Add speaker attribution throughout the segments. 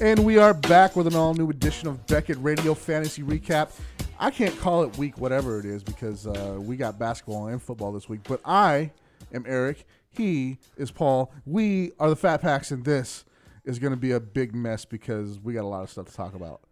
Speaker 1: And we are back with an all new edition of Beckett Radio Fantasy Recap. I can't call it week, whatever it is, because uh, we got basketball and football this week. But I am Eric. He is Paul. We are the Fat Packs, and this is going to be a big mess because we got a lot of stuff to talk about.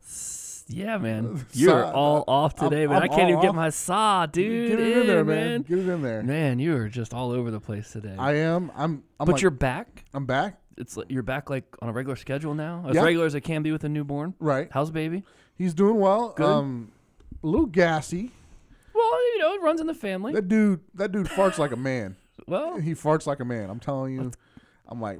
Speaker 2: Yeah, man. You're
Speaker 1: Saw-
Speaker 2: all off
Speaker 1: I'm-
Speaker 2: today, man.
Speaker 1: I'm
Speaker 2: I can't even
Speaker 1: all
Speaker 2: get
Speaker 1: off.
Speaker 2: my saw, dude.
Speaker 1: Get it in there, man.
Speaker 2: man.
Speaker 1: Get it in there.
Speaker 2: Man, you are just all over the place today.
Speaker 1: I am. I'm. I'm
Speaker 2: but
Speaker 1: like-
Speaker 2: you're back.
Speaker 1: I'm back.
Speaker 2: It's like- you're back like on a regular schedule now, as
Speaker 1: Yeah.
Speaker 2: regular as I can be with a newborn.
Speaker 1: Right.
Speaker 2: How's baby?
Speaker 1: He's doing well. Um, a little gassy.
Speaker 2: Well, you know, it runs in the family.
Speaker 1: That dude. That dude farts like a man.
Speaker 2: well,
Speaker 1: He farts like a man. I'm telling you. I'm like,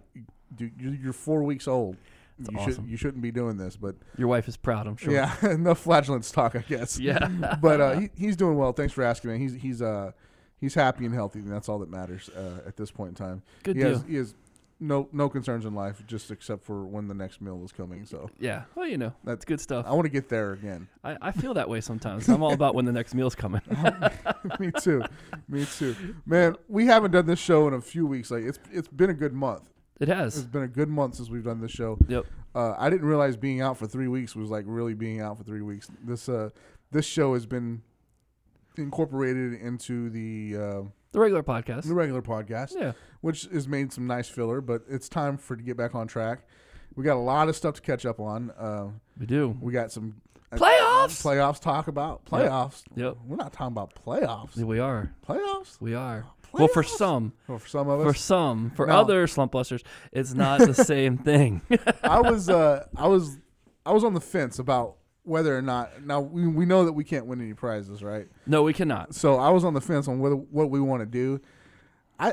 Speaker 1: dude, you're, you're four weeks old. you
Speaker 2: awesome.
Speaker 1: should you shouldn't be doing this, but
Speaker 2: your wife is proud, I'm sure.
Speaker 1: yeah, enough flatulence talk, I guess.
Speaker 2: Yeah.
Speaker 1: but uh, he, he's doing well. Thanks for asking, man. He's he's uh he's happy and healthy, and that's all that matters uh, at this point in time.
Speaker 2: Good
Speaker 1: he Has,
Speaker 2: deal.
Speaker 1: he has no no concerns in life, just except for when the next meal is coming. So
Speaker 2: Yeah. Well, you know, that's good stuff.
Speaker 1: I want to get there again.
Speaker 2: I, I feel that way sometimes. I'm all about when the next meal's coming.
Speaker 1: Me too, me too, man. We haven't done this show in a few weeks. Like it's it's been a good month.
Speaker 2: It
Speaker 1: It's
Speaker 2: has.
Speaker 1: been a good month since we've done this show.
Speaker 2: Yep.
Speaker 1: uh, I didn't realize being out for three weeks was like really being out for three weeks. This uh, this show has been incorporated into the uh,
Speaker 2: The regular podcast.
Speaker 1: the regular podcast,
Speaker 2: Yeah.
Speaker 1: which has made some nice filler. But it's time for to get back on track. We got a lot of stuff to catch up on. Uh,
Speaker 2: We do.
Speaker 1: we got some uh,
Speaker 2: Playoffs!
Speaker 1: Playoffs talk about playoffs.
Speaker 2: Yep.
Speaker 1: We're not talking about playoffs.
Speaker 2: We are.
Speaker 1: Playoffs.
Speaker 2: We are. Well, for
Speaker 1: Playoffs?
Speaker 2: some,
Speaker 1: Well, for some of
Speaker 2: for
Speaker 1: us,
Speaker 2: some, for
Speaker 1: No.
Speaker 2: other slump busters, it's not the same thing.
Speaker 1: I was uh, I was I was on the fence about whether or not. Now we, we know that we can't win any prizes, right?
Speaker 2: no, we cannot.
Speaker 1: so I was on the fence on whether what we want to do. I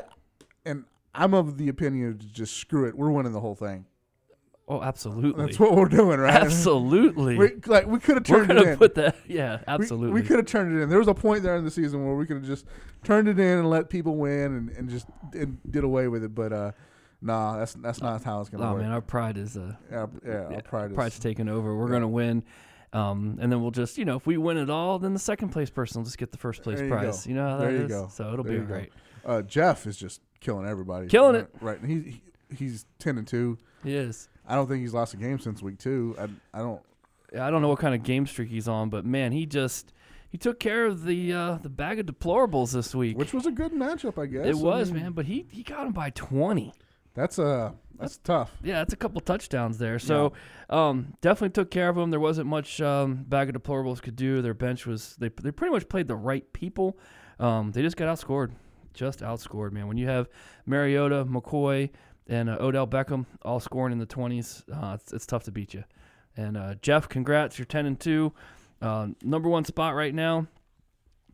Speaker 1: and I'm of the opinion of just screw it. We're winning the whole thing.
Speaker 2: Oh, absolutely,
Speaker 1: That's what we're doing, right?
Speaker 2: absolutely.
Speaker 1: We, like we could have
Speaker 2: We're
Speaker 1: turned it
Speaker 2: gonna
Speaker 1: in.
Speaker 2: put that. Yeah,
Speaker 1: We-
Speaker 2: absolutely.
Speaker 1: We, could have turned it in. There was a point there in the season where we could have just turned it in and let people win and, and just and did away with it. But uh, nah, that's that's not how it's gonna
Speaker 2: oh
Speaker 1: work.
Speaker 2: man, our pride is uh,
Speaker 1: Yeah, yeah, our pride is-
Speaker 2: pride's taking over. We're gonna win. Um, and then we'll just, you know, if we win it all, then the second place person will just get the first place
Speaker 1: There you
Speaker 2: prize.
Speaker 1: go.
Speaker 2: You know how that
Speaker 1: There
Speaker 2: is.
Speaker 1: you go.
Speaker 2: So it'll
Speaker 1: There
Speaker 2: be
Speaker 1: you go.
Speaker 2: great.
Speaker 1: Uh, Jeff is just killing everybody.
Speaker 2: Killing it.
Speaker 1: right? And he, he he's ten and two.
Speaker 2: He is.
Speaker 1: I don't think he's lost a game since week two. I, I don't.
Speaker 2: I don't know what kind of game streak he's on, but man, he just he took care of the uh, the bag of deplorables this week.
Speaker 1: Which was a good matchup, I guess.
Speaker 2: it
Speaker 1: I
Speaker 2: was,
Speaker 1: mean,
Speaker 2: man, but he he got him by twenty.
Speaker 1: That's uh that's tough.
Speaker 2: Yeah, that's a couple touchdowns there. So um, definitely took care of them. There wasn't much um, bag of deplorables could do. Their bench was they they pretty much played the right people. Um, they just got outscored, just outscored, man. When you have Mariota, McCoy, and uh, Odell Beckham all scoring in the twenties, uh, it's, it's tough to beat you. And uh, Jeff, congrats, you're ten and two, uh, number one spot right now.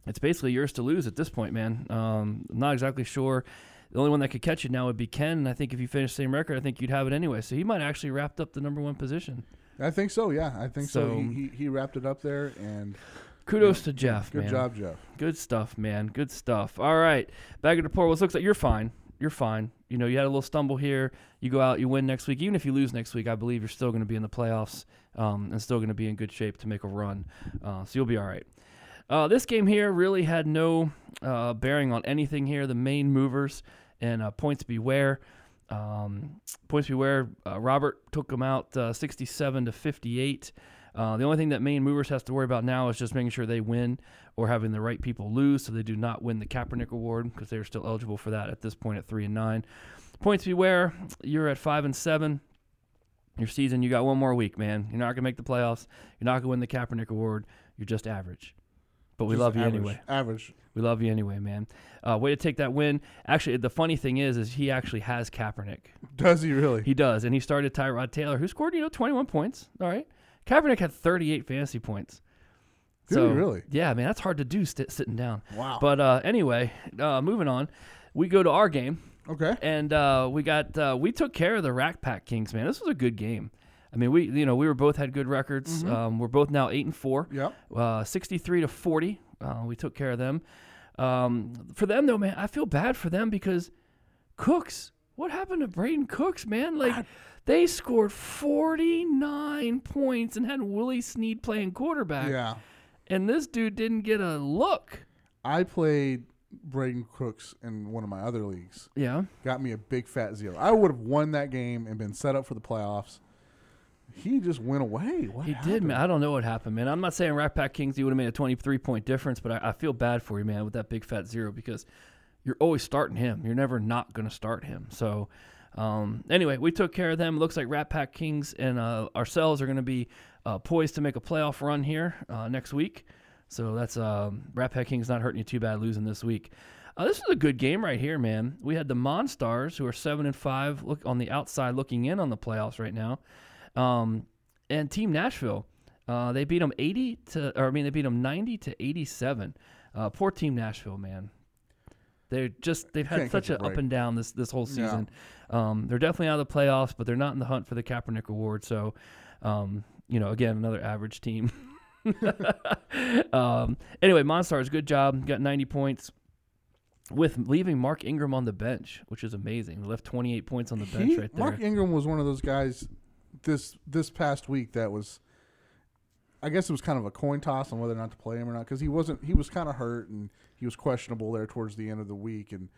Speaker 2: It's basically yours to lose at this point, man. Um, I'm not exactly sure. The only one that could catch it now would be Ken. And I think if you finish the same record, I think you'd have it anyway. So he might actually wrapped up the number one position.
Speaker 1: I think so. Yeah, I think so.
Speaker 2: So-
Speaker 1: He, he he wrapped it up there, and
Speaker 2: Kudos to Jeff,
Speaker 1: good
Speaker 2: man.
Speaker 1: job, Jeff.
Speaker 2: Good stuff, man. Good stuff. All right. Back of the Well, it looks like you're fine. You're fine. You know, you had a little stumble here. You go out, you win next week. Even if you lose next week, I believe you're still going to be in the playoffs um, and still going to be in good shape to make a run. Uh, so you'll be all right. Uh, this game here really had no uh, bearing on anything here. The main movers and uh, points beware. Um, points beware. Uh, Robert took him out uh, 67 to 58. Uh, the only thing that main movers has to worry about now is just making sure they win or having the right people lose, so they do not win the Kaepernick Award because they are still eligible for that at this point at three and nine. Points beware. You're at five and seven your season, you got one more week, man. You're not gonna make the playoffs. You're not gonna win the Kaepernick Award. You're just average. But we
Speaker 1: Just
Speaker 2: love you
Speaker 1: average-
Speaker 2: anyway.
Speaker 1: Average.
Speaker 2: We love you anyway, man. Uh, way to take that win. Actually, the funny thing is, is he actually has Kaepernick.
Speaker 1: Does he really?
Speaker 2: He does, and he started Tyrod Taylor, who scored you know 21 points. All right, Kaepernick had 38 fantasy points.
Speaker 1: Did he really?
Speaker 2: Yeah, man, that's hard to do st- sitting down.
Speaker 1: Wow.
Speaker 2: But uh, anyway, uh, moving on, we go to our game
Speaker 1: okay.
Speaker 2: and uh, we got uh, we took care of the Rack Pack Kings, man. This was a good game. I mean, we you know we were both had good records.
Speaker 1: Mm-hmm.
Speaker 2: Um, we're both now eight and four.
Speaker 1: Yep.
Speaker 2: Uh, Sixty-three to forty, uh, we took care of them. Um, for them though, man, I feel bad for them because Cooks. What happened to Braden Cooks, man? Like they scored forty-nine points and had Willie Snead playing quarterback,
Speaker 1: Yeah.
Speaker 2: and this dude didn't get a look.
Speaker 1: I played Braden Crooks in one of my other leagues.
Speaker 2: Yeah.
Speaker 1: Got me a big fat zero. I would have won that game and been set up for the playoffs. He just went away. What
Speaker 2: He did,
Speaker 1: happened?
Speaker 2: man. I don't know what happened, man. I'm not saying Rat Pack Kingsley would have made a 23 point difference, but I, I feel bad for you, man, with that big fat zero because you're always starting him. You're never not going to start him. So, um, anyway, we took care of them. Looks like Rat Pack Kings and uh, ourselves are going to be uh, poised to make a playoff run here uh, next week. So that's um, Rat Pack Kings not hurting you too bad losing this week. Uh, this is a good game right here, man. We had the Monstars, who are seven and five, look on the outside looking in on the playoffs right now. Um, and Team Nashville, uh, they beat them 80 to, or I mean, they beat them 90 to 87. Uh, poor Team Nashville, man. They're just they've had
Speaker 1: Can't catch
Speaker 2: such
Speaker 1: a
Speaker 2: an up
Speaker 1: break.
Speaker 2: and down this this whole
Speaker 1: Yeah.
Speaker 2: season. Um, they're definitely out of the playoffs, but they're not in the hunt for the Kaepernick Award. So, um, you know, again, another average team. um, anyway, Monstars, good job. Got 90 points with leaving Mark Ingram on the bench, which is amazing. Left 28 points on the bench
Speaker 1: He-
Speaker 2: right there.
Speaker 1: Mark Ingram was one of those guys this this past week that was. I guess it was kind of a coin toss on whether or not to play him or not because he wasn't. He was kind of hurt and he was questionable there towards the end of the week. And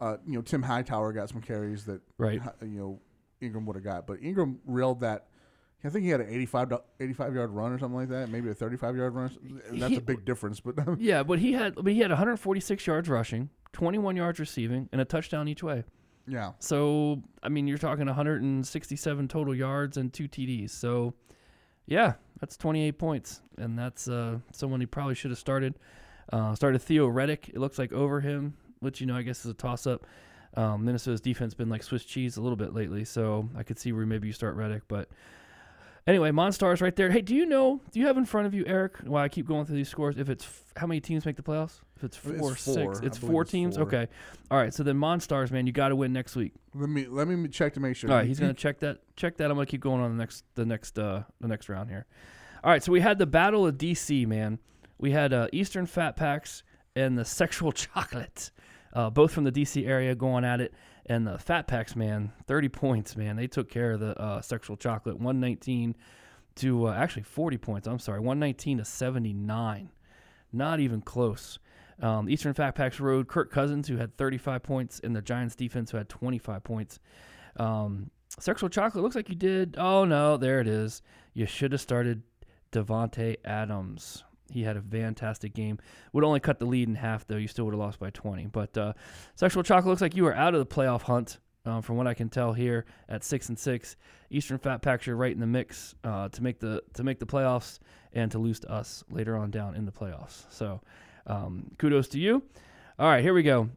Speaker 1: uh, you know, Tim Hightower got some carries that
Speaker 2: Right.
Speaker 1: hi- you know Ingram would have got, but Ingram railed that. I think he had an 85, do- 85 yard run or something like that, maybe a 35 yard run. or something. And That's
Speaker 2: He-
Speaker 1: a big difference, but
Speaker 2: Yeah, but he had but he had 146 yards rushing, 21 yards receiving, and a touchdown each way.
Speaker 1: yeah.
Speaker 2: So I mean, you're talking 167 total yards and two TDs. So yeah, that's 28 points, and that's uh, someone he probably should have started. Uh, started Theo Reddick. It looks like over him, which you know I guess is a toss up. Um, Minnesota's defense been like Swiss cheese a little bit lately, so I could see where maybe you start Reddick, but. Anyway, Monstars right there. Hey, do you know? Do you have in front of you, Eric? While I keep going through these scores, if it's f- how many teams make the playoffs? If it's four,
Speaker 1: It's
Speaker 2: or
Speaker 1: four.
Speaker 2: six,
Speaker 1: I
Speaker 2: it's
Speaker 1: believe
Speaker 2: four
Speaker 1: it's
Speaker 2: teams.
Speaker 1: four.
Speaker 2: Okay, all right. So then, Monstars, man, you got to win next week.
Speaker 1: Let me let me check to make sure.
Speaker 2: All right, he's
Speaker 1: You-
Speaker 2: gonna check that. Check that. I'm gonna keep going on the next, the next, uh, the next round here. All right, so we had the Battle of DC, man. We had uh, Eastern Fat Packs and the Sexual Chocolate, uh, both from the DC area, going at it. And the Fat Packs, man, 30 points, man. They took care of the uh, Sexual Chocolate, 119 to uh, actually 40 points. I'm sorry, 119 to 79. Not even close. Um, Eastern Fat Packs Road, Kirk Cousins, who had 35 points, and the Giants defense, who had 25 points. Um, sexual chocolate looks like you did. Oh no, there it is. You should have started Devonte Adams. He had a fantastic game. Would only cut the lead in half though. You still would have lost by 20. But uh, sexual chocolate looks like you are out of the playoff hunt. Um, from what I can tell here at six and six, Eastern Fat Packs are right in the mix uh, to make the to make the playoffs and to lose to us later on down in the playoffs. So, um, kudos to you. All right, here we go.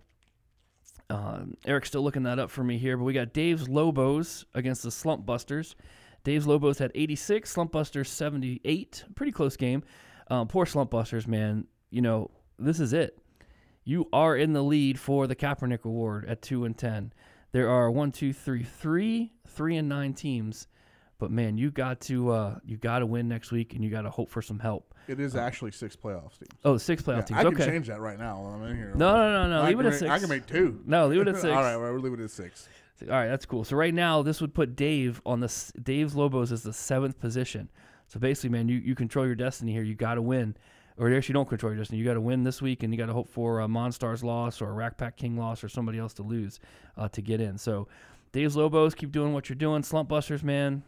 Speaker 2: Um, Eric's still looking that up for me here, but we got Dave's Lobos against the Slump Busters. Dave's Lobos had 86, Slump Busters 78. Pretty close game. Um, poor Slump Busters, man. You know, this is it. You are in the lead for the Kaepernick Award at 2 and 10. There are one, two, three, three, three and 9 teams. But man, you got to uh, you got to win next week, and you got to hope for some help.
Speaker 1: It is actually six playoffs. Teams.
Speaker 2: Oh, six playoff
Speaker 1: Yeah,
Speaker 2: teams.
Speaker 1: I can
Speaker 2: okay.
Speaker 1: change that right now. while I'm in here.
Speaker 2: No, no, no, no.
Speaker 1: I
Speaker 2: Leave
Speaker 1: can
Speaker 2: it at
Speaker 1: make-
Speaker 2: six.
Speaker 1: I can make two.
Speaker 2: No, leave it at six.
Speaker 1: All right, well, we'll leave it at six.
Speaker 2: All right, that's cool. So right now, this would put Dave on the s- Dave's Lobos is the seventh position. So basically, man, you, you control your destiny here. You got to win, or actually, you don't control your destiny. You got to win this week, and you got to hope for a Monstars loss or a Rack Pack King loss or somebody else to lose uh, to get in. So Dave's Lobos, keep doing what you're doing. Slump Busters, man,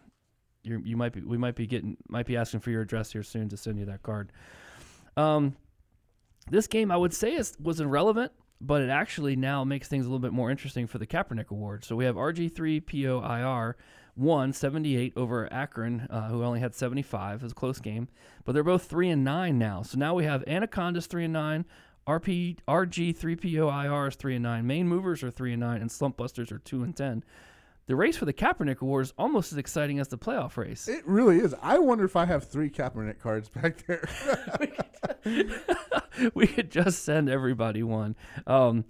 Speaker 2: you you might be we might be getting might be asking for your address here soon to send you that card. Um, this game I would say is was irrelevant, but it actually now makes things a little bit more interesting for the Kaepernick Award. So we have RG3POIR one seventy eight over Akron, uh, who only had 75. It was a close game, but they're both three and nine now. So now we have Anacondas three and nine. RP RG3POIR is three and nine. Main movers are three and nine, and slump busters are two and ten. The race for the Kaepernick Award is almost as exciting as the playoff race.
Speaker 1: It really is. I wonder if I have three Kaepernick cards back there.
Speaker 2: we could just send everybody one. Um,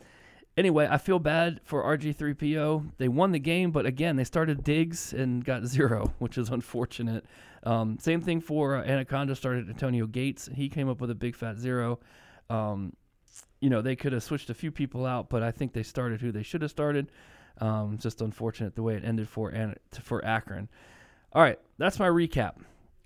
Speaker 2: anyway, I feel bad for RG3PO. They won the game, but again, they started digs and got zero, which is unfortunate. Um, same thing for uh, Anaconda started Antonio Gates. and He came up with a big fat zero. Um, you know, they could have switched a few people out, but I think they started who they should have started. Um, it's just unfortunate the way it ended for An- for Akron. All right, that's my recap.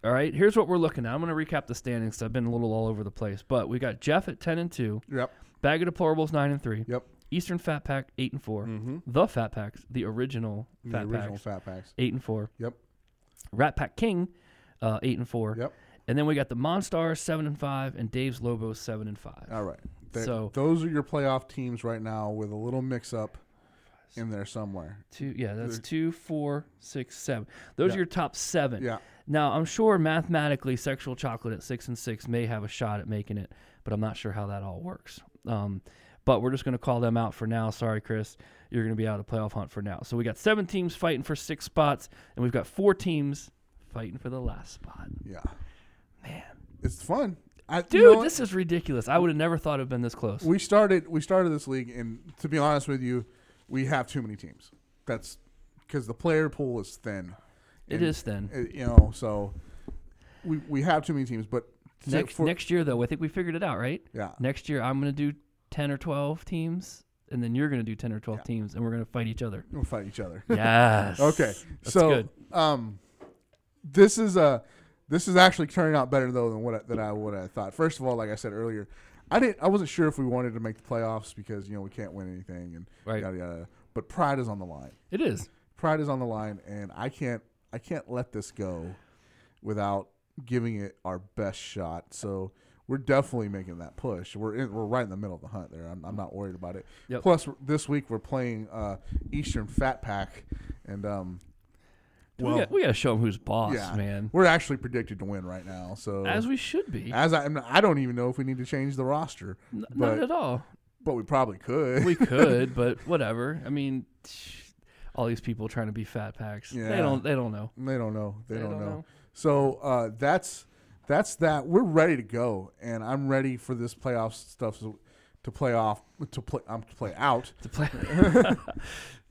Speaker 2: All right, here's what we're looking at. I'm going to recap the standings. 'cause I've been a little all over the place, but we got Jeff at ten and two,
Speaker 1: yep.
Speaker 2: Bag of Deplorables nine and three,
Speaker 1: Yep.
Speaker 2: Eastern Fat Pack eight and 4
Speaker 1: Mm-hmm.
Speaker 2: the Fat Packs, the original
Speaker 1: The
Speaker 2: Fat
Speaker 1: original
Speaker 2: Packs
Speaker 1: fat packs.
Speaker 2: eight and four,
Speaker 1: Yep.
Speaker 2: Rat Pack King, uh, eight and four.
Speaker 1: Yep.
Speaker 2: And then we got the Monstars seven and five, and Dave's Lobos seven and five.
Speaker 1: All right. Th-
Speaker 2: So-
Speaker 1: those are your playoff teams right now with a little mix up in there somewhere.
Speaker 2: Two, yeah, that's
Speaker 1: There-
Speaker 2: two, four, six, seven. Those
Speaker 1: Yeah.
Speaker 2: are your top seven.
Speaker 1: Yeah.
Speaker 2: Now I'm sure mathematically, sexual chocolate at six and six may have a shot at making it, but I'm not sure how that all works. Um, but we're just going to call them out for now. Sorry, Chris, you're going to be out of the playoff hunt for now. So we got seven teams fighting for six spots, and we've got four teams fighting for the last spot.
Speaker 1: Yeah.
Speaker 2: Man,
Speaker 1: It's fun. I, you
Speaker 2: dude,
Speaker 1: know what?
Speaker 2: this is ridiculous. I would have never thought it'd been this close.
Speaker 1: we started we started this league and to be honest with you, we have too many teams. That's cuz the player pool is thin.
Speaker 2: it
Speaker 1: And,
Speaker 2: is then.
Speaker 1: uh, you know, so we we have too many teams, but to-
Speaker 2: Next
Speaker 1: for-
Speaker 2: next year though, I think we figured it out, right?
Speaker 1: yeah.
Speaker 2: Next year, I'm going to do 10 or 12 teams, and then you're going to do 10 or 12
Speaker 1: Yeah.
Speaker 2: teams, and we're going to fight each other.
Speaker 1: We'll fight each other.
Speaker 2: Yes.
Speaker 1: Okay.
Speaker 2: That's
Speaker 1: so
Speaker 2: good.
Speaker 1: um this is a this is actually turning out better though than what I, than I would have thought. First of all, like I said earlier, I didn't I wasn't sure if we wanted to make the playoffs because you know we can't win anything and
Speaker 2: Right.
Speaker 1: yada yada. But pride is on the line.
Speaker 2: It is.
Speaker 1: Pride is on the line, and I can't I can't let this go without giving it our best shot. So we're definitely making that push. We're in, we're right in the middle of the hunt there. I'm, I'm not worried about it.
Speaker 2: Yep.
Speaker 1: Plus, this week we're playing uh, Eastern Fat Pack, and um,
Speaker 2: we,
Speaker 1: well,
Speaker 2: got, we got to show them who's boss,
Speaker 1: yeah, Uh,
Speaker 2: man.
Speaker 1: we're actually predicted to win right now. So
Speaker 2: As we should be.
Speaker 1: as I, I'm- I don't even know if we need to change the roster,
Speaker 2: N-
Speaker 1: but-
Speaker 2: Not at all.
Speaker 1: but we probably could.
Speaker 2: We could, but whatever. I mean, all these people trying to be fat packs. They
Speaker 1: Yeah.
Speaker 2: don't. They don't know.
Speaker 1: they don't know. They, don't, know. So uh, that's that's that. We're ready to go, and I'm ready for this playoff stuff to play off to play. I'm to play out.
Speaker 2: To play.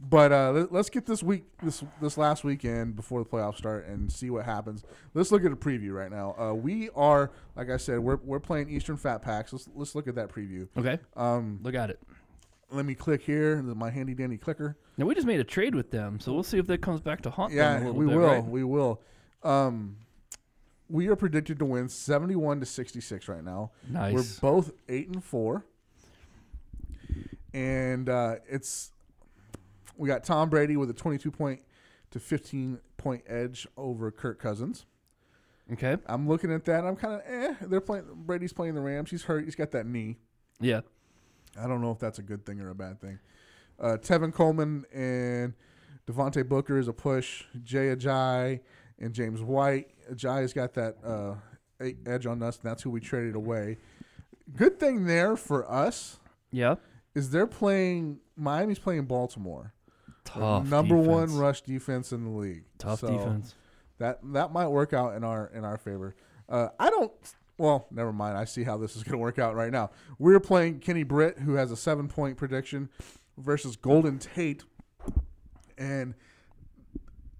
Speaker 1: But uh, let- let's get this week this this last weekend before the playoffs start and see what happens. Let's look at a preview right now. Uh, we are like I said, we're, we're playing Eastern Fat Packs. Let's let's look at that preview.
Speaker 2: okay.
Speaker 1: Um,
Speaker 2: Look at it.
Speaker 1: let me click here, my handy dandy clicker.
Speaker 2: Now we just made a trade with them, so we'll see if that comes back to haunt
Speaker 1: Yeah,
Speaker 2: them a little
Speaker 1: we
Speaker 2: bit.
Speaker 1: will.
Speaker 2: right?
Speaker 1: We will. Um, we are predicted to win 71 to 66 right now.
Speaker 2: Nice.
Speaker 1: We're both eight and four, and uh, it's we got Tom Brady with a twenty-two point to fifteen point edge over Kirk Cousins.
Speaker 2: okay.
Speaker 1: I'm looking at that. I'm kind of eh. They're playing. Brady's playing the Rams. He's hurt. He's got that knee.
Speaker 2: Yeah.
Speaker 1: I don't know if that's a good thing or a bad thing. Uh, Tevin Coleman and Devontae Booker is a push. Jay Ajay and James White. Ajayi's got that uh, e- edge on us, and that's who we traded away. Good thing there for us
Speaker 2: Yeah.
Speaker 1: is they're playing Miami's playing Baltimore, The
Speaker 2: Tough.
Speaker 1: number
Speaker 2: defense.
Speaker 1: one rush defense in the league.
Speaker 2: Tough
Speaker 1: So
Speaker 2: defense.
Speaker 1: That that might work out in our in our favor. Uh, I don't. Well, never mind. I see how this is going to work out right now. We're playing Kenny Britt, who has a seven point prediction, versus Golden Tate, and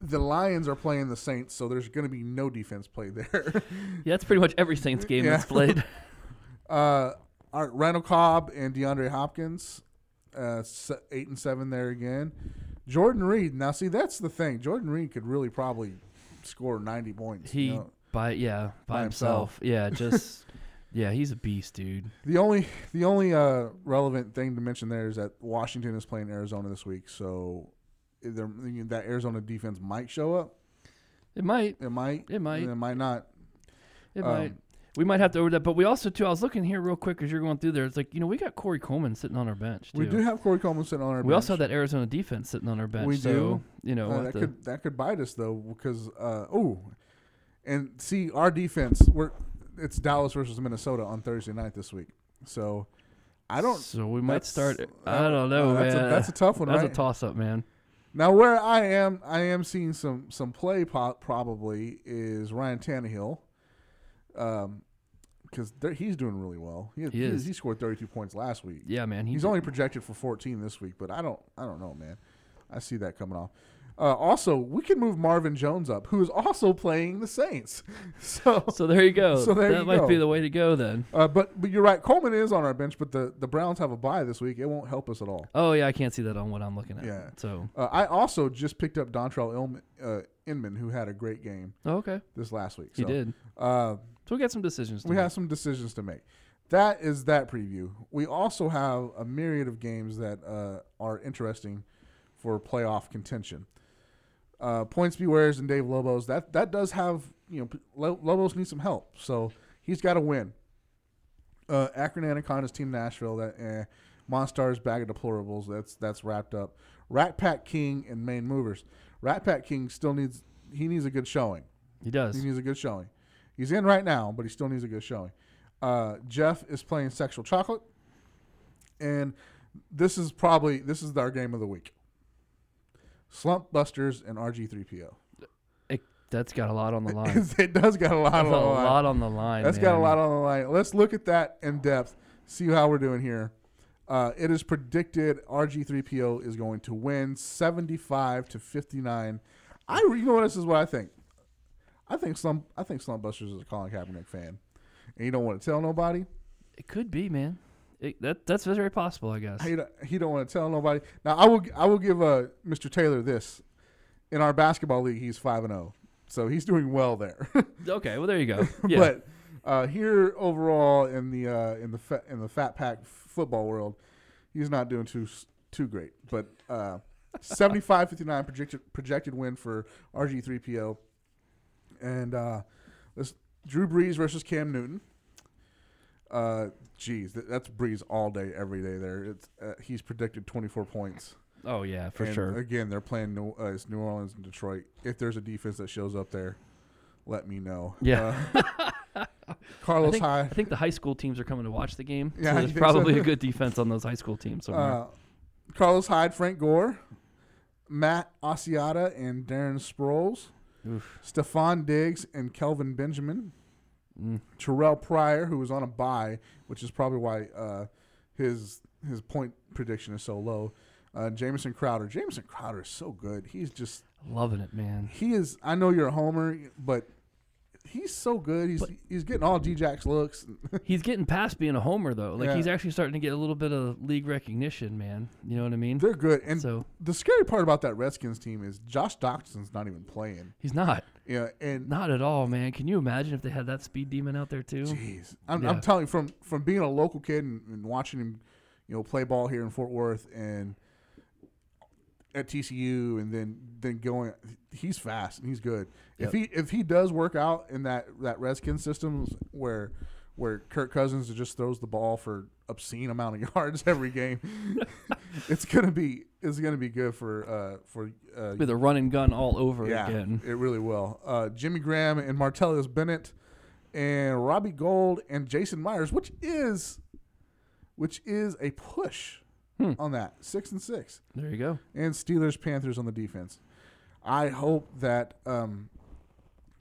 Speaker 1: the Lions are playing the Saints, so there's going to be no defense played there.
Speaker 2: Yeah, that's pretty much every Saints game
Speaker 1: Yeah.
Speaker 2: that's played.
Speaker 1: Uh, all right, Randall Cobb and DeAndre Hopkins, uh, s- eight and seven there again. Jordan Reed. Now, see, that's the thing. Jordan Reed could really probably score ninety points. you
Speaker 2: He
Speaker 1: know.
Speaker 2: by yeah by,
Speaker 1: By himself.
Speaker 2: himself. Yeah, just yeah, he's a beast, dude.
Speaker 1: The only the only uh, relevant thing to mention there is that Washington is playing Arizona this week, so either- that Arizona defense might show up.
Speaker 2: It might,
Speaker 1: It might.
Speaker 2: it might,
Speaker 1: It might not.
Speaker 2: it
Speaker 1: um,
Speaker 2: might. We might have to over that, but we also too. I was looking here real quick as you're going through there. It's like you know we got Corey Coleman sitting on our bench. Too.
Speaker 1: We do have Corey Coleman sitting on our.
Speaker 2: We
Speaker 1: bench.
Speaker 2: also have that Arizona defense sitting on our bench.
Speaker 1: We
Speaker 2: so,
Speaker 1: do.
Speaker 2: You
Speaker 1: Uh,
Speaker 2: know we'll
Speaker 1: that
Speaker 2: have to-
Speaker 1: could that could bite us though because uh, oh, and see our defense. We're it's Dallas versus Minnesota on Thursday night this week, so I don't.
Speaker 2: So we might
Speaker 1: that's-
Speaker 2: start.
Speaker 1: uh,
Speaker 2: I don't know,
Speaker 1: uh, that's,
Speaker 2: man.
Speaker 1: a, that's a tough one,
Speaker 2: That's
Speaker 1: right?
Speaker 2: a toss up, man.
Speaker 1: now where I am, I am seeing some some play po- probably is Ryan Tannehill, um, because he's doing really well. He,
Speaker 2: He
Speaker 1: he,
Speaker 2: is.
Speaker 1: he scored thirty two points last week.
Speaker 2: Yeah, man. He
Speaker 1: He's
Speaker 2: did-
Speaker 1: only projected for 14 this week, but I don't I don't know, man. I see that coming off. Uh, also, we can move Marvin Jones up, who is also playing the Saints. So,
Speaker 2: so there you go.
Speaker 1: So there
Speaker 2: that
Speaker 1: you
Speaker 2: might
Speaker 1: go.
Speaker 2: be the way to go then.
Speaker 1: uh, but but you're right. Coleman is on our bench, but the the Browns have a bye this week. It won't help us at all.
Speaker 2: Oh yeah, I can't see that on what I'm looking at.
Speaker 1: Yeah.
Speaker 2: So
Speaker 1: Uh, I also just picked up Dontrell Ilman, uh, Inman, who had a great game
Speaker 2: oh, okay,
Speaker 1: this last week.
Speaker 2: he
Speaker 1: So,
Speaker 2: did.
Speaker 1: Uh,
Speaker 2: So we got some decisions. To
Speaker 1: we
Speaker 2: make.
Speaker 1: have some decisions to make. That is that preview. We also have a myriad of games that uh, are interesting for playoff contention. uh, points bewares and Dave Lobos. That that does have you know p- Lo- Lobos needs some help, so he's got to win. Uh, Akron Anaconda's team Nashville that eh. Monstars bag of deplorables. That's that's wrapped up. Rat Pack King and main movers. Rat Pack King still needs he needs a good showing.
Speaker 2: He does.
Speaker 1: He needs a good showing. He's in right now, but he still needs a good showing. Uh, Jeff is playing Sexual Chocolate, and this is probably this is our game of the week. Slump Busters and RG3PO.
Speaker 2: It, that's got a lot on the line.
Speaker 1: it does got a lot on
Speaker 2: That's a
Speaker 1: the line.
Speaker 2: lot on the line.
Speaker 1: That's
Speaker 2: That's
Speaker 1: got a lot on the line. Let's look at that in depth. See how we're doing here. Uh, it is predicted RG3PO is going to win 75 to 59. I you know what this is what I think. I think slump I think Slump Busters is a Colin Kaepernick fan, and you don't want to tell nobody.
Speaker 2: It could be, man. It, that that's very possible, I guess.
Speaker 1: He don't, he don't want to tell nobody. Now I will I will give uh, Mr. Taylor this. In our basketball league, he's five and zero, so he's doing well there.
Speaker 2: Okay, well there you go. Yeah,
Speaker 1: But uh, here overall in the uh, in the fa- in the fat pack football world, he's not doing too s- too great. But uh, 75-59 projected projected win for RG3PO, and uh, this Drew Brees versus Cam Newton. Uh, geez, th- that's Brees all day, every day. There, it's uh, he's predicted twenty four points
Speaker 2: oh yeah, for
Speaker 1: And
Speaker 2: sure.
Speaker 1: Again, they're playing New, uh, it's New Orleans and Detroit. If there's a defense that shows up there, let me know.
Speaker 2: Yeah.
Speaker 1: Uh, Carlos
Speaker 2: I think, I
Speaker 1: Hyde.
Speaker 2: think the high school teams are coming to watch the game.
Speaker 1: Yeah,
Speaker 2: so
Speaker 1: you
Speaker 2: there's
Speaker 1: think
Speaker 2: probably
Speaker 1: so?
Speaker 2: a good defense on those high school teams somewhere.
Speaker 1: Uh, Carlos Hyde, Frank Gore, Matt Asiata, and Darren Sproles,
Speaker 2: Oof.
Speaker 1: Stephon Diggs, and Kelvin Benjamin,
Speaker 2: Mm.
Speaker 1: Terrell Pryor, who was on a bye, which is probably why uh, his his point prediction is so low. Uh, Jameson Crowder. Jameson Crowder is so good. He's just
Speaker 2: Loving it, man.
Speaker 1: he is. I know you're a homer, but he's so good. He's
Speaker 2: But-
Speaker 1: he's getting all D-Jack's looks.
Speaker 2: He's getting past being a homer though. Like
Speaker 1: Yeah.
Speaker 2: he's actually starting to get a little bit of league recognition, man. You know what I mean?
Speaker 1: They're good. And
Speaker 2: so
Speaker 1: the scary part about that Redskins team is Josh Doxson's not even playing.
Speaker 2: he's not,
Speaker 1: Yeah, and
Speaker 2: not at all, man. Can you imagine if they had that speed demon out there too?
Speaker 1: Jeez, I'm,
Speaker 2: Yeah.
Speaker 1: I'm telling you, from from being a local kid and, and watching him, you know, play ball here in Fort Worth and at TCU, and then then going, he's fast and he's good. If he if he does work out in that that Redskins system where where Kirk Cousins just throws the ball for obscene amount of yards every game, it's gonna be it's gonna be good for uh for uh
Speaker 2: With a run and gun all over
Speaker 1: yeah,
Speaker 2: again.
Speaker 1: It really will. Uh, Jimmy Graham and Martellus Bennett and Robbie Gold and Jason Myers, which is which is a push
Speaker 2: Hmm.
Speaker 1: on that. Six and six.
Speaker 2: There you go.
Speaker 1: And Steelers Panthers on the defense. I hope that um,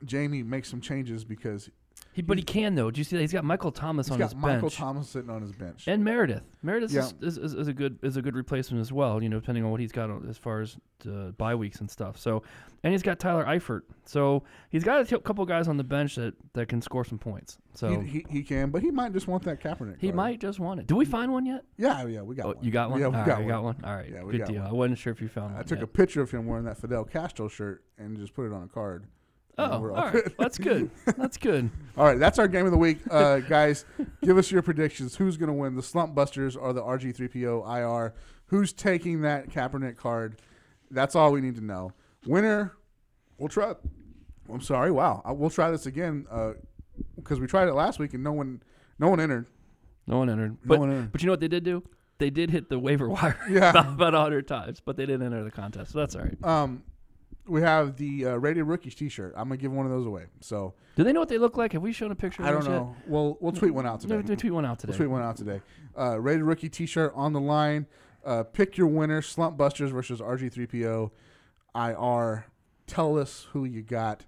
Speaker 1: Jamie makes some changes because
Speaker 2: He, but he can though. Do you see that? He's got Michael Thomas
Speaker 1: he's
Speaker 2: on
Speaker 1: got
Speaker 2: his
Speaker 1: Michael
Speaker 2: bench
Speaker 1: Thomas sitting on his bench.
Speaker 2: and Meredith. Meredith
Speaker 1: Yeah.
Speaker 2: is, is, is a good is a good replacement as well. You know, depending on what he's got on, as far as uh, bye weeks and stuff. So, and he's got Tyler Eifert. So he's got a t- couple guys on the bench that that can score some points.
Speaker 1: he,
Speaker 2: So. He,
Speaker 1: he, he can, but he might just want that Kaepernick. card.
Speaker 2: might just want it. Do we find one yet?
Speaker 1: Yeah, yeah, we got
Speaker 2: Oh,
Speaker 1: one.
Speaker 2: you got one.
Speaker 1: Yeah, we
Speaker 2: All right,
Speaker 1: got
Speaker 2: you
Speaker 1: one.
Speaker 2: got one. All right,
Speaker 1: Yeah, we
Speaker 2: good
Speaker 1: got
Speaker 2: deal.
Speaker 1: one.
Speaker 2: I wasn't sure if you found.
Speaker 1: I
Speaker 2: one
Speaker 1: took
Speaker 2: yet.
Speaker 1: a picture of him wearing that Fidel Castro shirt and just put it on a card.
Speaker 2: Oh,
Speaker 1: And
Speaker 2: all
Speaker 1: we're
Speaker 2: right.
Speaker 1: good.
Speaker 2: That's good. That's good.
Speaker 1: All right, that's our game of the week, uh, guys. give us your predictions. Who's going to win, the Slump Busters or the RG3PO IR? Who's taking that Kaepernick card? That's all we need to know. Winner, we'll try. I'm sorry. Wow, I, we'll try this again because we tried it last week and no one, no one entered.
Speaker 2: No one entered.
Speaker 1: No
Speaker 2: But
Speaker 1: one entered.
Speaker 2: but you know what they did do? They did hit the waiver wire
Speaker 1: Yeah.
Speaker 2: about about a hundred times, but they didn't enter the contest. So that's all right.
Speaker 1: Um, we have the uh, Rated Rookies T-shirt. I'm gonna give one of those away. So
Speaker 2: Do they know what they look like? Have we shown a picture?
Speaker 1: I
Speaker 2: of
Speaker 1: don't
Speaker 2: those yet?
Speaker 1: know. We'll we'll tweet one out
Speaker 2: No,
Speaker 1: today.
Speaker 2: we tweet one out today.
Speaker 1: Let's tweet one out today. Uh, rated rookie T-shirt on the line. Uh, pick your winner: Slump Busters versus RG3PO. IR. Tell us who you got.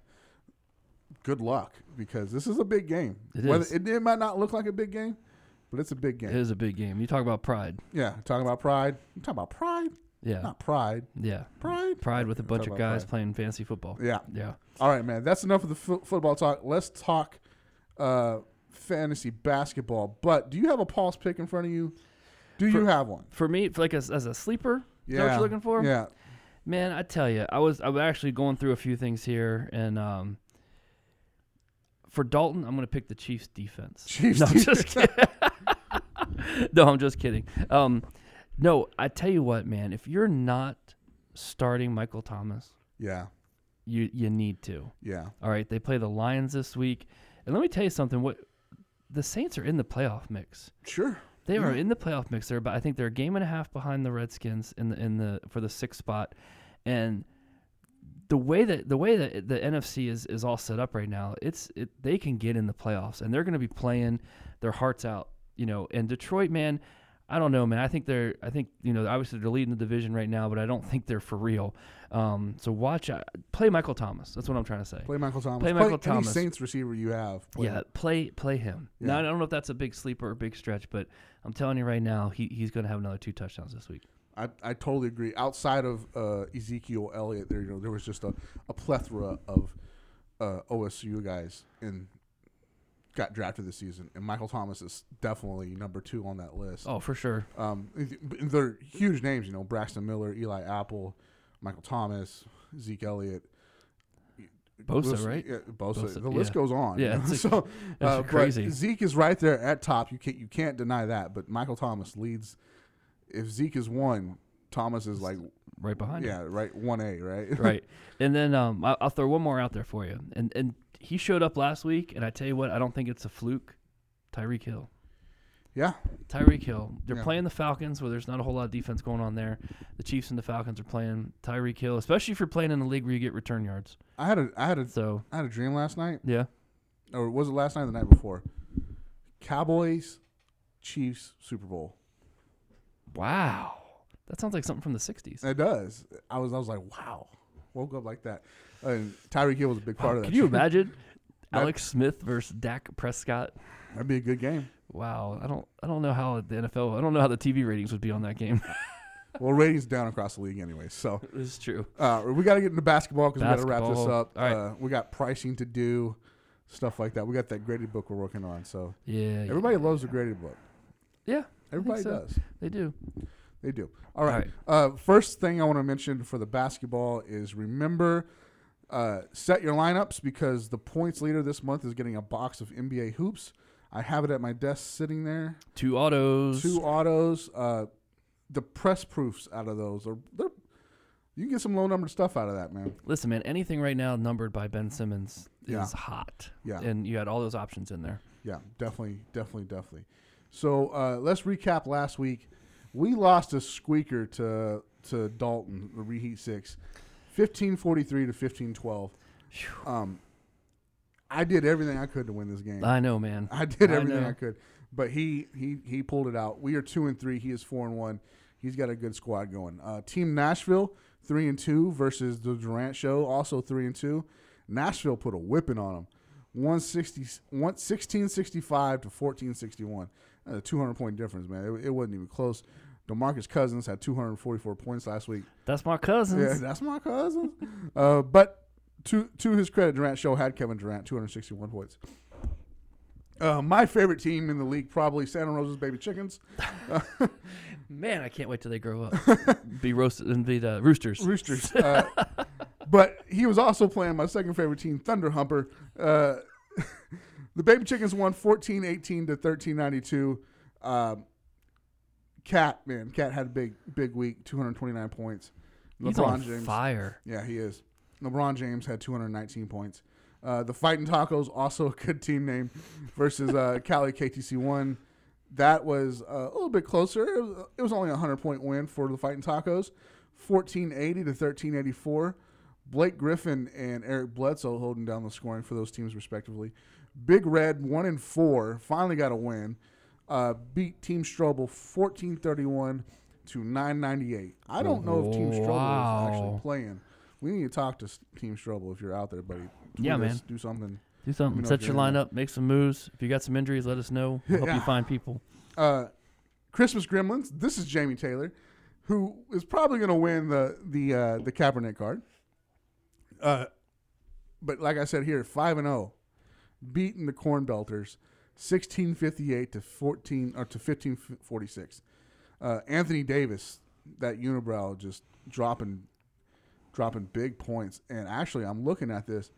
Speaker 1: Good luck, because this is a big game.
Speaker 2: It is.
Speaker 1: It, it might not look like a big game, but it's a big game.
Speaker 2: It is a big game. You talk about pride.
Speaker 1: yeah, talking about pride. You talking about pride?
Speaker 2: Yeah,
Speaker 1: Not pride.
Speaker 2: yeah.
Speaker 1: Pride.
Speaker 2: Pride with a bunch of
Speaker 1: about
Speaker 2: guys
Speaker 1: pride.
Speaker 2: playing fantasy football.
Speaker 1: Yeah.
Speaker 2: Yeah.
Speaker 1: All right, man. That's enough of the f- football talk. Let's talk uh, fantasy basketball. But do you have a pause pick in front of you? Do
Speaker 2: For-
Speaker 1: you have one?
Speaker 2: For me, for like as, as a sleeper, is that what
Speaker 1: Yeah.
Speaker 2: you're looking for?
Speaker 1: Yeah.
Speaker 2: Man, I tell you, I was I was actually going through a few things here, and um, for Dalton, I'm going to pick the Chiefs defense.
Speaker 1: Chiefs
Speaker 2: no, I'm just kidding. no, I'm just kidding. Um, no, I tell you what, man, if you're not starting Michael Thomas,
Speaker 1: Yeah.
Speaker 2: you you need to.
Speaker 1: Yeah.
Speaker 2: All right, they play the Lions this week, and let me tell you something. What the Saints are in the playoff mix.
Speaker 1: Sure.
Speaker 2: They are
Speaker 1: Yeah.
Speaker 2: in the playoff mix. They're about, I think they're a game and a half behind the Redskins in the in the for the sixth spot, and the way that the way that the NFC is is all set up right now, it's it, they can get in the playoffs and they're going to be playing their hearts out, you know. And Detroit, man, I don't know, man. I think they're I think you know obviously they're leading the division right now, but I don't think they're for real. Um, so watch out. play Michael Thomas. That's what I'm trying to say.
Speaker 1: Play Michael Thomas.
Speaker 2: Play Michael
Speaker 1: Any
Speaker 2: Thomas.
Speaker 1: Saints receiver you have. Play
Speaker 2: Yeah,
Speaker 1: him.
Speaker 2: play play him. Now
Speaker 1: Yeah.
Speaker 2: I don't know if that's a big sleeper or a big stretch, but I'm telling you right now, he, he's going to have another two touchdowns this week.
Speaker 1: I, I totally agree. Outside of uh, Ezekiel Elliott, there you know there was just a, a plethora of uh, OSU guys and got drafted this season, and Michael Thomas is definitely number two on that list.
Speaker 2: Oh, for sure.
Speaker 1: Um, they're huge names, you know, Braxton Miller, Eli Apple, Michael Thomas, Zeke Elliott.
Speaker 2: Bosa,
Speaker 1: List-
Speaker 2: right?
Speaker 1: Yeah, Bosa.
Speaker 2: Bosa,
Speaker 1: The list
Speaker 2: yeah.
Speaker 1: goes on. you
Speaker 2: Yeah,
Speaker 1: know?
Speaker 2: it's like-
Speaker 1: so uh, but
Speaker 2: crazy.
Speaker 1: Zeke is right there at top. You can't you can't deny that. But Michael Thomas leads. If Zeke is one, Thomas is like
Speaker 2: Right behind him.
Speaker 1: yeah, right one A, right?
Speaker 2: Right. And then um, I, I'll throw one more out there for you. And and he showed up last week, and I tell you what, I don't think it's a fluke. Tyreek Hill.
Speaker 1: yeah,
Speaker 2: Tyreek Hill. They're
Speaker 1: Yeah.
Speaker 2: playing the Falcons, where there's not a whole lot of defense going on there. The Chiefs and the Falcons are playing Tyreek Hill, especially if you're playing in a league where you get return yards.
Speaker 1: I had a I had a
Speaker 2: So
Speaker 1: I had a dream last night,
Speaker 2: yeah,
Speaker 1: or was it last night or the night before? Cowboys, Chiefs, Super Bowl.
Speaker 2: wow, that sounds like something from the '60s.
Speaker 1: It does. I was I was like, wow. Woke up like that. And Tyreek Hill was a big part of that.
Speaker 2: Can you imagine
Speaker 1: That-
Speaker 2: Alex Smith versus Dak Prescott?
Speaker 1: That'd be a good game.
Speaker 2: Wow, I don't, I don't know how the NFL, I don't know how the TV ratings would be on that game.
Speaker 1: Well, ratings down across the league anyway. So
Speaker 2: it's true.
Speaker 1: uh, we got to get into basketball because we got to wrap this
Speaker 2: Basketball.
Speaker 1: up.
Speaker 2: All right.
Speaker 1: Uh, we got pricing to do, stuff like that. We got that graded book we're working on. So
Speaker 2: Yeah,
Speaker 1: everybody loves the graded book.
Speaker 2: Yeah,
Speaker 1: Everybody
Speaker 2: so.
Speaker 1: does.
Speaker 2: they do.
Speaker 1: They do. All right. Uh, first thing I want to mention for the basketball is remember uh, set your lineups because the points leader this month is getting a box of NBA hoops. I have it at my desk sitting there.
Speaker 2: Two autos.
Speaker 1: Two autos. Uh, the press proofs out of those are they're, you can get some low numbered stuff out of that man.
Speaker 2: Listen, man, anything right now numbered by Ben Simmons is
Speaker 1: Yeah.
Speaker 2: hot.
Speaker 1: Yeah.
Speaker 2: and you had all those options in there.
Speaker 1: Yeah, definitely, definitely, definitely. So uh, let's recap last week. We lost a squeaker to to Dalton, the reheat six, 1543 to 1512. Um, I did everything I could to win this game.
Speaker 2: I know, man.
Speaker 1: I did
Speaker 2: I
Speaker 1: everything
Speaker 2: know.
Speaker 1: I, could, but he he he pulled it out. We are two and three. He is four and one. He's got a good squad going. Uh, Team Nashville three and two versus the Durant Show also three and two. Nashville put a whipping on them, 160, 1665 to fourteen sixty one. A two hundred point difference, man. It, it wasn't even close. Demarcus Cousins had two hundred forty four points last week.
Speaker 2: That's my cousins.
Speaker 1: Yeah, that's my cousin. uh, but to to his credit, Durant show had Kevin Durant 261 points. Uh, my favorite team in the league probably Santa Rosa's Baby Chickens.
Speaker 2: Man, I can't wait till they grow up, be roasted and be the roosters.
Speaker 1: Roosters. Uh, but he was also playing my second favorite team, Thunder Humper. Uh, the Baby Chickens won 14 18 to 13 92. Um, Cat, man, Cat had a big, big week, 229 points.
Speaker 2: He's on fire.
Speaker 1: Yeah, he is. LeBron James had 219 points. Uh, the Fighting Tacos, also a good team name, versus uh, Cali KTC1. That was uh, a little bit closer. It was, it was only a 100 point win for the Fighting Tacos, 1480 to 1384. Blake Griffin and Eric Bledsoe holding down the scoring for those teams respectively. Big Red one and four finally got a win. Uh, beat Team Strobel 1431 to 998. I don't know if Team Strobel is
Speaker 2: Wow.
Speaker 1: actually playing. We need to talk to s- Team Strobel if you're out there, buddy. Tweet
Speaker 2: Yeah,
Speaker 1: us,
Speaker 2: man.
Speaker 1: Do something.
Speaker 2: Do something.
Speaker 1: know
Speaker 2: Set
Speaker 1: if
Speaker 2: your
Speaker 1: you're in
Speaker 2: lineup. Make some moves. If you got some injuries, let us know. We'll help you
Speaker 1: Yeah.
Speaker 2: find people.
Speaker 1: Uh, Christmas Gremlins. This is Jamie Taylor, who is probably going to win the the uh, the Kaepernick card. Uh, but like I said here, five and zero, beating the Corn Belters, sixteen fifty eight to fourteen or to fifteen forty six. Uh, Anthony Davis, that unibrow just dropping, dropping big points. And actually, I'm looking at this.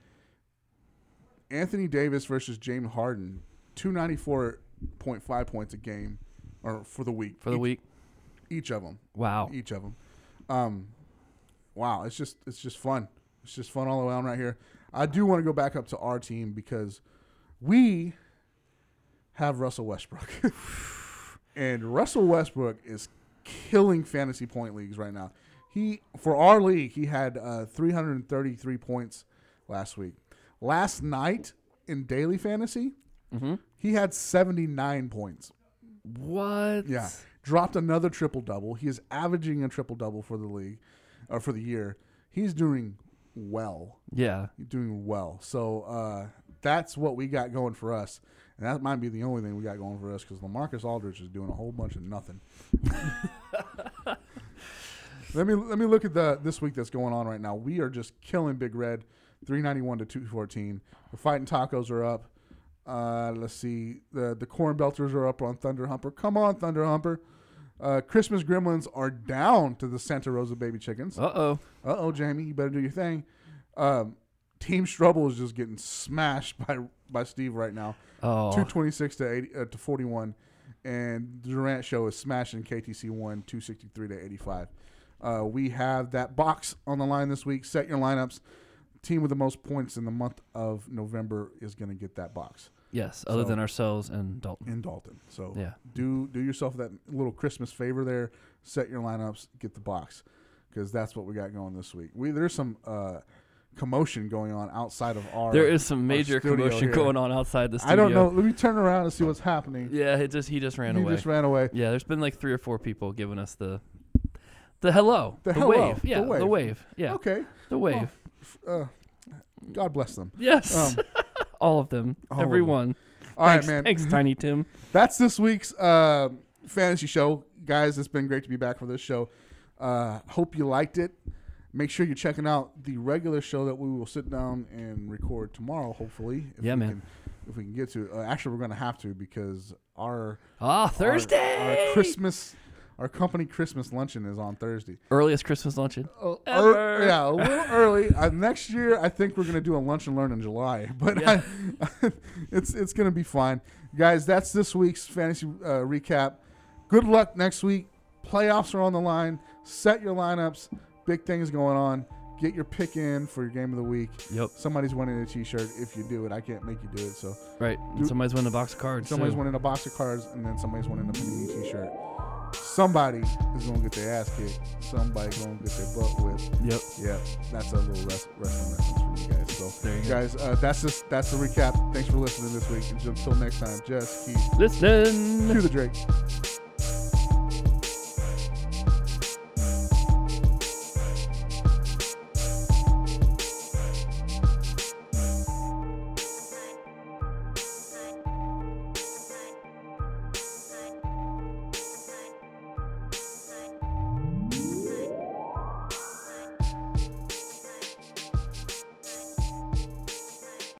Speaker 1: Anthony Davis versus James Harden, two ninety four point five points a game, or for the week
Speaker 2: for the
Speaker 1: each,
Speaker 2: week.
Speaker 1: each of them
Speaker 2: Wow.
Speaker 1: each of them. Um, wow, it's just it's just fun. It's just fun all around right here. I do want to go back up to our team because we have Russell Westbrook. and Russell Westbrook is killing fantasy point leagues right now. He for our league, he had uh, 333 points last week. Last night in daily fantasy, he had 79 points.
Speaker 2: What?
Speaker 1: Yeah. Dropped another triple double. He is averaging a triple double for the league or for the year. He's doing well.
Speaker 2: Yeah.
Speaker 1: He's doing well. So uh, that's what we got going for us. And that might be the only thing we got going for us because Lamarcus Aldridge is doing a whole bunch of nothing. let me let me look at the this week that's going on right now. We are just killing Big Red, three ninety one to two fourteen. The fighting tacos are up. Uh, let's see. The the corn belters are up on Thunder Humper. Come on, Thunder Humper. Uh, Christmas gremlins are down to the Santa Rosa baby chickens.
Speaker 2: Uh oh.
Speaker 1: Uh oh, Jamie, you better do your thing. Um, Team Struggle is just getting smashed by by Steve right now.
Speaker 2: Oh.
Speaker 1: 226 to 80, uh, to 41 and Durant show is smashing KTC1 263 to 85. Uh, we have that box on the line this week. Set your lineups. Team with the most points in the month of November is going to get that box
Speaker 2: Yes. Other
Speaker 1: So-
Speaker 2: than ourselves and Dalton.
Speaker 1: in Dalton. So
Speaker 2: Yeah.
Speaker 1: do do yourself that little Christmas favor there. Set your lineups, get the box, because that's what we got going this week. We there's some uh, commotion going on outside of our.
Speaker 2: There is some major
Speaker 1: studio
Speaker 2: commotion
Speaker 1: here.
Speaker 2: going on outside the studio.
Speaker 1: I don't know. Let me turn around and see what's happening.
Speaker 2: Yeah, it just he just ran
Speaker 1: he
Speaker 2: away.
Speaker 1: just ran away.
Speaker 2: yeah, there's been like three or four people giving us the the hello,
Speaker 1: The hello,
Speaker 2: wave,
Speaker 1: the
Speaker 2: yeah, the wave,
Speaker 1: wave. Oh,
Speaker 2: yeah,
Speaker 1: Okay.
Speaker 2: the wave.
Speaker 1: F- Uh, God bless them.
Speaker 2: Yes,
Speaker 1: Um,
Speaker 2: all of them,
Speaker 1: all of them.
Speaker 2: everyone.
Speaker 1: all right,
Speaker 2: Thanks-
Speaker 1: man.
Speaker 2: Thanks, Tiny Tim.
Speaker 1: That's this week's uh, fantasy show, guys. It's been great to be back for this show. Uh, hope you liked it. Make sure you're checking out the regular show that we will sit down and record tomorrow. Hopefully, if
Speaker 2: Yeah,
Speaker 1: we
Speaker 2: man.
Speaker 1: Can, if we can get to, it. uh, actually, we're going to have to because our
Speaker 2: Ah,
Speaker 1: our-
Speaker 2: Thursday.
Speaker 1: our, Christmas, our company Christmas luncheon is on Thursday.
Speaker 2: earliest Christmas luncheon.
Speaker 1: Oh,
Speaker 2: Ever.
Speaker 1: er- yeah, a little early. Uh, next year, I think we're gonna do a lunch and learn in July, but
Speaker 2: Yeah.
Speaker 1: I, it's it's gonna be fine, guys. That's this week's fantasy uh, recap. Good luck next week. Playoffs are on the line. Set your lineups. Big things going on. Get your pick in for your game of the week.
Speaker 2: Yep,
Speaker 1: Somebody's winning a T-shirt if you do it. I can't make you do it, so
Speaker 2: right.
Speaker 1: Do-
Speaker 2: Somebody's winning a box of cards.
Speaker 1: somebody's
Speaker 2: too.
Speaker 1: winning a box of cards, and then somebody's winning a panini T-shirt. Somebody is gonna get their ass kicked. Somebody gonna get their butt whipped.
Speaker 2: Yep.
Speaker 1: Yeah, that's a little rest, wrestling reference for you guys. So,
Speaker 2: There you go.
Speaker 1: guys, uh, that's just that's the recap. Thanks for listening this week. Until next time, Jess, Keith,
Speaker 2: Listen.
Speaker 1: cue the Drake.